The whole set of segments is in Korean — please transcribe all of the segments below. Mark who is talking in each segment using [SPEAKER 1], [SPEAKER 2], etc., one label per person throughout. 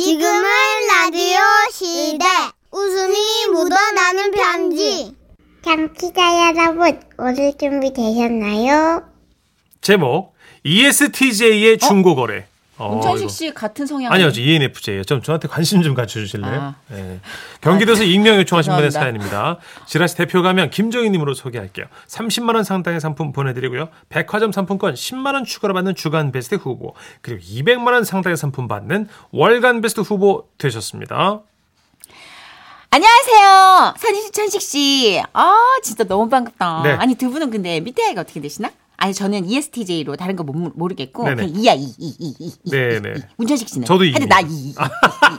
[SPEAKER 1] 지금은 라디오 시대. 웃음이 묻어나는 편지.
[SPEAKER 2] 참치자 여러분, 오늘 준비 되셨나요?
[SPEAKER 3] 제목 E ESTJ의 중고거래. 어,
[SPEAKER 4] 문천식
[SPEAKER 3] 이거.
[SPEAKER 4] 씨 같은 성향
[SPEAKER 3] 아니요, 저 E ENFJ예요. 좀 저한테 관심 좀 가져주실래요?
[SPEAKER 4] 아.
[SPEAKER 3] 예. 경기도에서 익명 요청하신 분의
[SPEAKER 4] 죄송합니다.
[SPEAKER 3] 사연입니다. 지라시 대표 가면 김정희님으로 소개할게요. 30만 원 상당의 상품 보내드리고요. 백화점 상품권 10만 원 추가로 받는 주간 베스트 후보 그리고 200만 원 상당의 상품 받는 월간 베스트 후보 되셨습니다.
[SPEAKER 4] 안녕하세요. 산식 천식 씨. 아, 진짜 너무 반갑다.
[SPEAKER 3] 네.
[SPEAKER 4] 아니, 두 분은 근데 밑에 아이가 어떻게 되시나? 아니, 저는 E ESTJ로 다른 거 못, 모르겠고.
[SPEAKER 3] 네네.
[SPEAKER 4] 그냥 이야, 이, 이, 이, 이. 이,
[SPEAKER 3] 네네.
[SPEAKER 4] 이, 이. 문천식 씨는.
[SPEAKER 3] 저도 이. 아,
[SPEAKER 4] 하여튼 나 이, 이. 이, 이,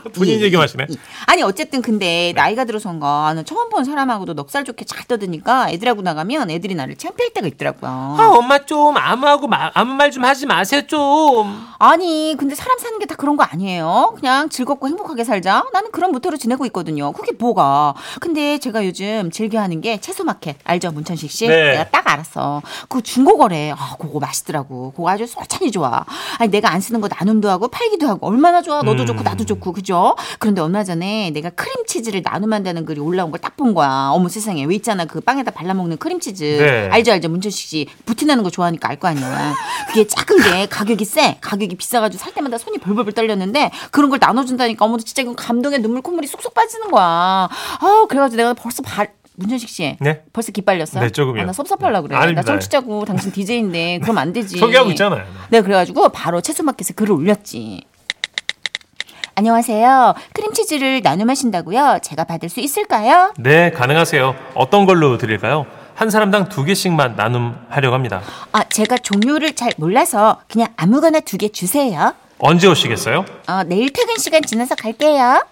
[SPEAKER 4] 이,
[SPEAKER 3] 본인
[SPEAKER 4] 이,
[SPEAKER 3] 얘기하시네. 네.
[SPEAKER 4] 이, 이. 아니, 어쨌든 근데 나이가 들어선가 나는 처음 본 사람하고도 넉살 좋게 잘 떠드니까 애들하고 나가면 애들이 나를 창피할 때가 있더라고요.
[SPEAKER 3] 아, 엄마 좀 아무하고 아무 말 좀 하지 마세요 좀.
[SPEAKER 4] 아니, 근데 사람 사는 게 다 그런 거 아니에요? 그냥 즐겁고 행복하게 살자. 나는 그런 모토로 지내고 있거든요. 그게 뭐가. 근데 제가 요즘 즐겨하는 게 채소마켓. 알죠, 문천식 씨?
[SPEAKER 3] 네.
[SPEAKER 4] 내가 딱 알았어. 그 중고거래. 아, 그거 맛있더라고. 그거 아주 솔찬히 좋아. 아니, 내가 안 쓰는 거 나눔도 하고 팔기도 하고. 얼마나 좋아. 너도
[SPEAKER 3] 음.
[SPEAKER 4] 좋고 나도 좋고. 그죠? 그런데 얼마 전에 내가 크림치즈를 나눔한다는 글이 올라온 걸 딱 본 거야. 어머 세상에. 왜 있잖아. 그 빵에다 발라먹는 크림치즈.
[SPEAKER 3] 네.
[SPEAKER 4] 알죠? 알죠 알죠 문천식 씨 부티나는 거 좋아하니까 알 거 아니야 그게 작은 게 가격이 세 가격이 비싸가지고 살 때마다 손이 벌벌벌 떨렸는데 그런 걸 나눠준다니까 어머 진짜 이건 감동에 눈물 콧물이 쑥쑥 빠지는 거야 아 그래가지고 내가 벌써 발 문천식 씨
[SPEAKER 3] 네.
[SPEAKER 4] 벌써 기빨렸어요?
[SPEAKER 3] 네, 조금이요.
[SPEAKER 4] 아, 나 섭섭하려 그래.
[SPEAKER 3] 아닙니다.
[SPEAKER 4] 나 청취자고 당신 DJ인데 그럼 안 되지.
[SPEAKER 3] 소개하고 있잖아요.
[SPEAKER 4] 네, 그래가지고 바로 채소마켓에 글을 올렸지. 안녕하세요. 크림치즈를 나눔하신다고요? 제가 받을 수 있을까요?
[SPEAKER 3] 네, 가능하세요. 어떤 걸로 드릴까요? 한 사람당 두 개씩만 나눔하려고 합니다.
[SPEAKER 4] 아, 제가 종류를 잘 몰라서 그냥 아무거나 두 개 주세요.
[SPEAKER 3] 언제 오시겠어요?
[SPEAKER 4] 어, 내일 퇴근 시간 지나서 갈게요.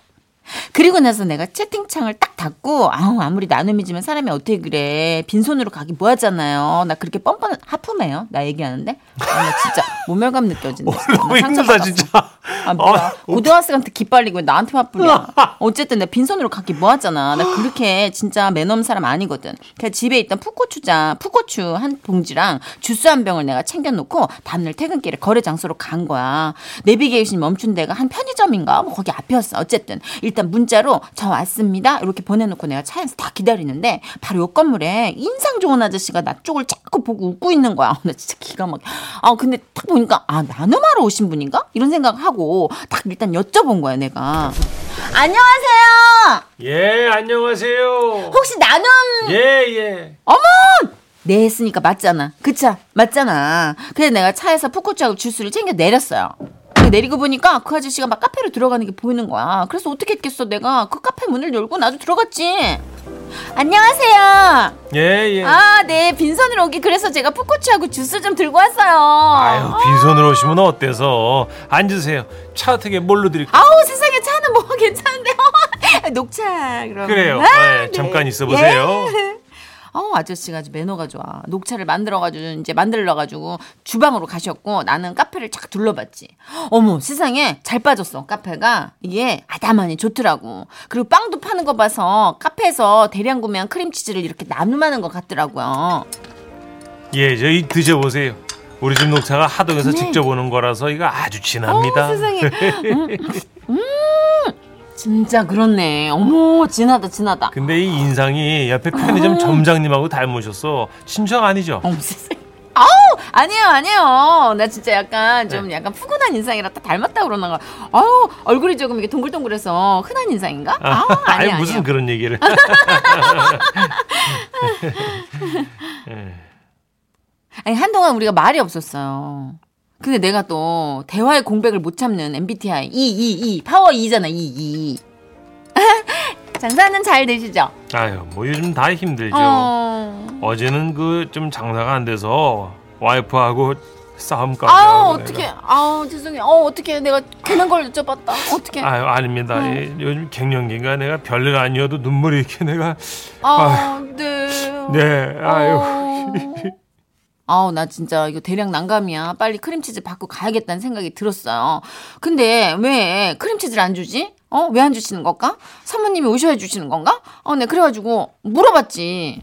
[SPEAKER 4] 그리고 나서 내가 채팅창을 딱 닫고 아우 아무리 나눔이지만 사람이 어떻게 그래 빈손으로 가기 뭐하잖아요 나 그렇게 뻔뻔한 하품해요 나 얘기하는데 아, 나 진짜 모멸감 느껴진다
[SPEAKER 3] 너무
[SPEAKER 4] 나
[SPEAKER 3] 힘들다
[SPEAKER 4] 상처받았어.
[SPEAKER 3] 진짜.
[SPEAKER 4] 아 뭐야
[SPEAKER 3] 아,
[SPEAKER 4] 고등학생한테 기빨리고 나한테 화풀이야 어쨌든 나 빈손으로 가기 뭐하잖아 나 그렇게 진짜 매너없는 사람 아니거든 그냥 집에 있던 풋고추장 풋고추 한 봉지랑 주스 한 병을 내가 챙겨놓고 다음날 퇴근길에 거래 장소로 간 거야 내비게이션 멈춘 데가 한 편의점인가 뭐 거기 앞이었어 어쨌든 일단 문자로 저 왔습니다 이렇게 보내놓고 내가 차에서 다 기다리는데 바로 옆 건물에 인상 좋은 아저씨가 나 쪽을 자꾸 보고 웃고 있는 거야 나 진짜 기가 막혀 아 근데 딱 보니까 아 나눔하러 오신 분인가 이런 생각하고 딱 일단 여쭤본 거야 내가 안녕하세요
[SPEAKER 3] 예, 안녕하세요.
[SPEAKER 4] 혹시 나눔
[SPEAKER 3] 예, 예.
[SPEAKER 4] 네 했으니까 맞잖아. 그쵸? 맞잖아. 그래서 내가 차에서 풋고추하고 주스를 챙겨 내렸어요. 근데 내리고 보니까 그 아저씨가 막 카페로 들어가는 게 보이는 거야. 그래서 어떻게 했겠어 내가 그 카페 문을 열고 나도 들어갔지. 안녕하세요.
[SPEAKER 3] 예, 예.
[SPEAKER 4] 아, 네. 빈손으로 오기 그래서 제가 풋고추하고 주스 좀 들고 왔어요.
[SPEAKER 3] 아유, 빈손으로 오시면 어때서? 앉으세요. 차 어떻게 뭘로 드릴까요?
[SPEAKER 4] 아우, 세상에 차는 뭐 괜찮은데. 녹차 그럼.
[SPEAKER 3] 그래요.
[SPEAKER 4] 아,
[SPEAKER 3] 예, 잠깐 있어 보세요.
[SPEAKER 4] 어, 아저씨가 아주 매너가 좋아. 녹차를 만들어가지고, 이제 만들러가지고 주방으로 가셨고, 나는 카페를 쫙 둘러봤지. 어머, 세상에 잘 빠졌어, 카페가. 이게 아담하니 좋더라고. 그리고 빵도 파는 거 봐서 카페에서 대량 구매한 크림치즈를 이렇게 나눔하는 것 같더라고요.
[SPEAKER 3] 예, 저희 드셔 보세요. 우리 집 녹차가 하동에서
[SPEAKER 4] 네.
[SPEAKER 3] 직접 오는 거라서 이거 아주 진합니다.
[SPEAKER 4] 어, 세상에. 음, 음, 진짜 그렇네. 어머, 진하다, 진하다.
[SPEAKER 3] 근데 이 인상이 옆에 편의점 점장님하고 닮으셨어. 친척 아니죠?
[SPEAKER 4] 어. 어머, 세상에. 아우 아니에요 아니에요 나 진짜 약간 좀
[SPEAKER 3] 네.
[SPEAKER 4] 약간 푸근한 인상이라 딱 닮았다 그러나 아우 얼굴이 조금 이게 동글동글해서 흔한 인상인가 아
[SPEAKER 3] 아니,
[SPEAKER 4] 아니 아니
[SPEAKER 3] 무슨
[SPEAKER 4] 무슨
[SPEAKER 3] 그런 얘기를.
[SPEAKER 4] 아니 한동안 우리가 말이 없었어요 근데 내가 또 대화의 공백을 못 참는 MBTI E E E 파워 E잖아 E E 장사는 잘 되시죠
[SPEAKER 3] 아유, 뭐 요즘 다 힘들죠.
[SPEAKER 4] 어.
[SPEAKER 3] 어제는 그 좀 장사가 안 돼서 와이프하고 싸움까지
[SPEAKER 4] 아우
[SPEAKER 3] 하고
[SPEAKER 4] 어떻게
[SPEAKER 3] 내가.
[SPEAKER 4] 아우 죄송해요 어 어떻게 내가 괜한 걸 여쭤봤다 어떻게 아,
[SPEAKER 3] 아유 아닙니다. 예, 요즘 갱년기가 내가 별일 아니어도 눈물이 이렇게 내가 아.
[SPEAKER 4] 네.
[SPEAKER 3] 네 아유
[SPEAKER 4] 어. 아우 나 진짜 이거 대량 난감이야. 빨리 크림치즈 받고 가야겠다는 생각이 들었어요. 근데 왜 크림치즈를 안 주지? 어? 왜 안 주시는 걸까? 사모님이 오셔야 주시는 건가? 어, 네 그래가지고 물어봤지.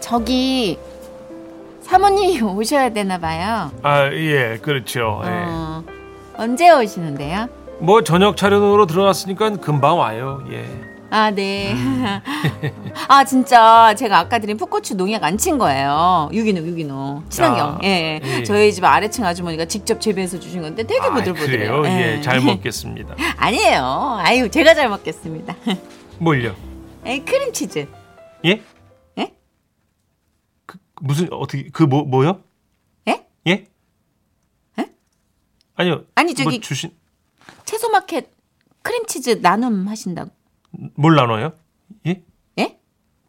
[SPEAKER 4] 저기 사모님이 오셔야 되나 봐요.
[SPEAKER 3] 아 예 그렇죠. 예.
[SPEAKER 4] 어, 언제 오시는데요?
[SPEAKER 3] 뭐 저녁 차려놓으러 들어왔으니까 금방 와요. 예.
[SPEAKER 4] 아, 네.
[SPEAKER 3] 음.
[SPEAKER 4] 아, 진짜 제가 아까 드린 풋고추 농약 안 친 거예요. 유기농, 유기농. 친환경.
[SPEAKER 3] 아,
[SPEAKER 4] 예.
[SPEAKER 3] 예.
[SPEAKER 4] 저희 집 아래층 아주머니가 직접 재배해서 주신 건데 되게
[SPEAKER 3] 아,
[SPEAKER 4] 부들부들해요.
[SPEAKER 3] 그래요. 예, 잘 먹겠습니다.
[SPEAKER 4] 아니에요. 아유, 제가 잘 먹겠습니다.
[SPEAKER 3] 뭘요?
[SPEAKER 4] 에이, 크림치즈.
[SPEAKER 3] 예?
[SPEAKER 4] 예?
[SPEAKER 3] 그, 무슨 어떻게 그 뭐 뭐요?
[SPEAKER 4] 예?
[SPEAKER 3] 예?
[SPEAKER 4] 예?
[SPEAKER 3] 아니요.
[SPEAKER 4] 아니, 저기-
[SPEAKER 3] 뭐 주신
[SPEAKER 4] 채소마켓 크림치즈 나눔 하신다고.
[SPEAKER 3] 뭘 나눠요? 예?
[SPEAKER 4] 예?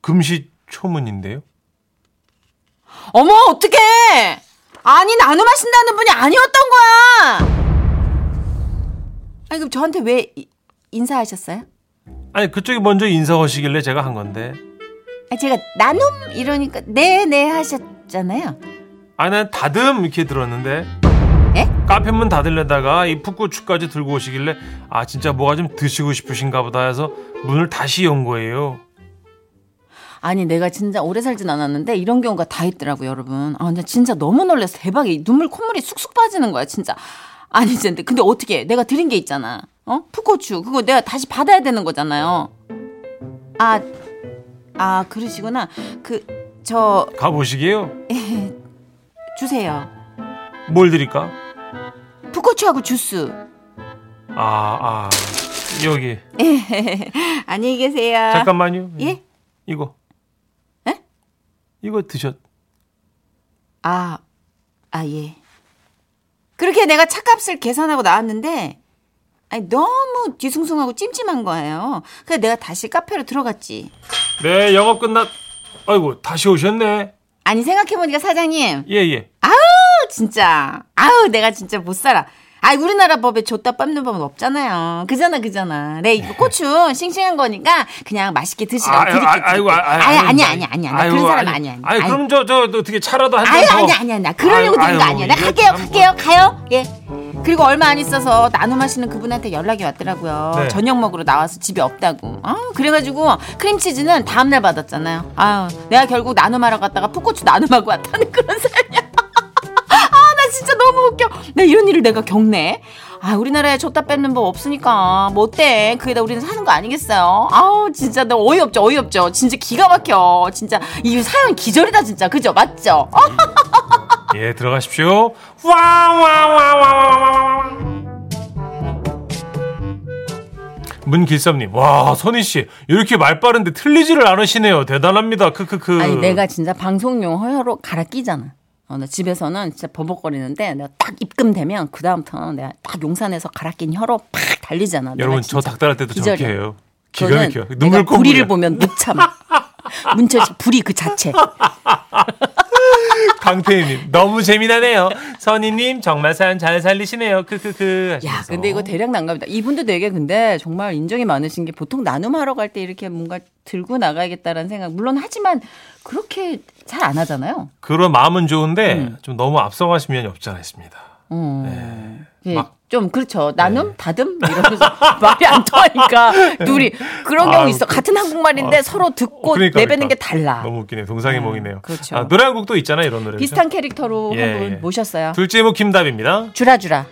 [SPEAKER 3] 금시 초문인데요.
[SPEAKER 4] 어머, 어떡해! 아니, 나눔 하신다는 분이 아니었던 거야! 아니, 그럼 저한테 왜 이- 인사하셨어요?
[SPEAKER 3] 아니 그쪽이 먼저 인사하시길래 제가 한 건데.
[SPEAKER 4] 아, 제가 나눔 이러니까 네네 하셨잖아요.
[SPEAKER 3] 아니 난 다듬 이렇게 들었는데.
[SPEAKER 4] 예?
[SPEAKER 3] 카페 문 닫으려다가 이 풋고추까지 들고 오시길래 아 진짜 뭐가 좀 드시고 싶으신가 보다 해서 문을 다시 연 거예요.
[SPEAKER 4] 아니 내가 진짜 오래 살진 않았는데 이런 경우가 다 있더라고요, 여러분. 아, 나 진짜 너무 놀라서 대박이 눈물 콧물이 쑥쑥 빠지는 거야, 진짜. 아니 진짜 근데 어떻게 해? 내가 드린 게 있잖아. 어? 풋고추 그거 내가 다시 받아야 되는 거잖아요. 아, 아 그러시구나. 그 저
[SPEAKER 3] 가보시게요.
[SPEAKER 4] 주세요.
[SPEAKER 3] 뭘 드릴까?
[SPEAKER 4] 풋고추하고 주스.
[SPEAKER 3] 아, 아. 여기.
[SPEAKER 4] 안녕히 계세요.
[SPEAKER 3] 잠깐만요.
[SPEAKER 4] 예?
[SPEAKER 3] 이거.
[SPEAKER 4] 에?
[SPEAKER 3] 이거 드셨.
[SPEAKER 4] 아, 아, 예. 그렇게 내가 차값을 계산하고 나왔는데, 아니, 너무 뒤숭숭하고 찜찜한 거예요. 그래서 내가 다시 카페로 들어갔지.
[SPEAKER 3] 네, 영업 끝났. 아이고, 다시 오셨네.
[SPEAKER 4] 아니, 생각해보니까 사장님,
[SPEAKER 3] 예, 예.
[SPEAKER 4] 어, 진짜, 아우, 내가 진짜 못 살아. 아이, 우리나라 법에 줬다 빱는 법은 없잖아요. 그잖아, 그잖아. 네, 이거 고추 싱싱한 거니까 그냥 맛있게 드시라고
[SPEAKER 3] 아유,
[SPEAKER 4] 드릴게요.
[SPEAKER 3] 아, 아이고, 아, 아,
[SPEAKER 4] 아니, 아니,
[SPEAKER 3] 아닙니다.
[SPEAKER 4] 아니, 아니, 아니. 그런 사람 아니야, 아니야.
[SPEAKER 3] 아유, 그럼 저, 저, 어떻게 차라도 한 잔
[SPEAKER 4] 아유
[SPEAKER 3] 더.
[SPEAKER 4] 아니 아니 아니 그러려고
[SPEAKER 3] 아유,
[SPEAKER 4] 드린 거
[SPEAKER 3] 아유,
[SPEAKER 4] 아니야 나
[SPEAKER 3] 이거
[SPEAKER 4] 갈게요
[SPEAKER 3] 참
[SPEAKER 4] 갈게요 가요 예 그리고 얼마 안 있어서 나눔하시는 그분한테 연락이 왔더라고요
[SPEAKER 3] 네.
[SPEAKER 4] 저녁 먹으러 나와서 집에 없다고 아 그래가지고 크림치즈는 다음날 받았잖아요 아 내가 결국 나눔하러 갔다가 풋고추 나눔하고 왔다는 그런 사연이야 아 나 진짜 너무 웃겨 나 이런 일을 내가 겪네 아 우리나라에 줬다 뺏는 법 없으니까 뭐 어때 그게다 우리는 사는 거 아니겠어요 아우 진짜 나 어이없죠 어이없죠 진짜 기가 막혀 진짜 이 사연 기절이다 진짜 그죠 맞죠 어?
[SPEAKER 3] 예, 들어가십시오. 와, 와, 와, 와, 와, 와, 와, 와. 문길섭님, 와, 선희 씨, 이렇게 말 빠른데 틀리지를 않으시네요. 대단합니다. 크크크.
[SPEAKER 4] 아니 내가 진짜 방송용 허여로 갈아 끼잖아. 어, 나 집에서는 진짜 버벅거리는데 내가 딱 입금되면 그 다음부터는 내가 딱 용산에서 갈아 낀 혀로 팍 달리잖아. 내가
[SPEAKER 3] 여러분 저
[SPEAKER 4] 진짜
[SPEAKER 3] 닭달할 때도
[SPEAKER 4] 기절이야.
[SPEAKER 3] 저렇게 해요. 기가
[SPEAKER 4] 그거는
[SPEAKER 3] 막혀요.
[SPEAKER 4] 내가
[SPEAKER 3] 눈물 콧물.
[SPEAKER 4] 부리를 보면 못 참아. 문철씨 부리 그 자체.
[SPEAKER 3] 강태희님 너무 재미나네요. 선희님 정말 사연 잘 살리시네요. 크크크.
[SPEAKER 4] 야, 근데 이거 대략 난감이다. 이분도 되게 근데 정말 인정이 많으신 게 보통 나눔하러 갈 때 이렇게 뭔가 들고 나가야겠다라는 생각 물론 하지만 그렇게 잘 안 하잖아요.
[SPEAKER 3] 그런 마음은 좋은데 좀 너무 앞서가신 면이 없지 않아 있습니다.
[SPEAKER 4] 예,
[SPEAKER 3] 막- 네.
[SPEAKER 4] 좀 그렇죠. 나눔, 다듬 이러면서 말이 안 통하니까 둘이 그런 경우
[SPEAKER 3] 아유,
[SPEAKER 4] 있어.
[SPEAKER 3] 그-
[SPEAKER 4] 같은 한국말인데
[SPEAKER 3] 아,
[SPEAKER 4] 서로 듣고
[SPEAKER 3] 그러니까, 그러니까.
[SPEAKER 4] 내뱉는 게 달라.
[SPEAKER 3] 너무 웃기네. 동상이 몽이네요.
[SPEAKER 4] 아. 그렇죠.
[SPEAKER 3] 아, 노래 한 곡도 있잖아 요 이런 노래.
[SPEAKER 4] 비슷한 캐릭터로
[SPEAKER 3] 예,
[SPEAKER 4] 한 분
[SPEAKER 3] 예.
[SPEAKER 4] 모셨어요.
[SPEAKER 3] 둘째 목 김답입니다.
[SPEAKER 4] 주라주라.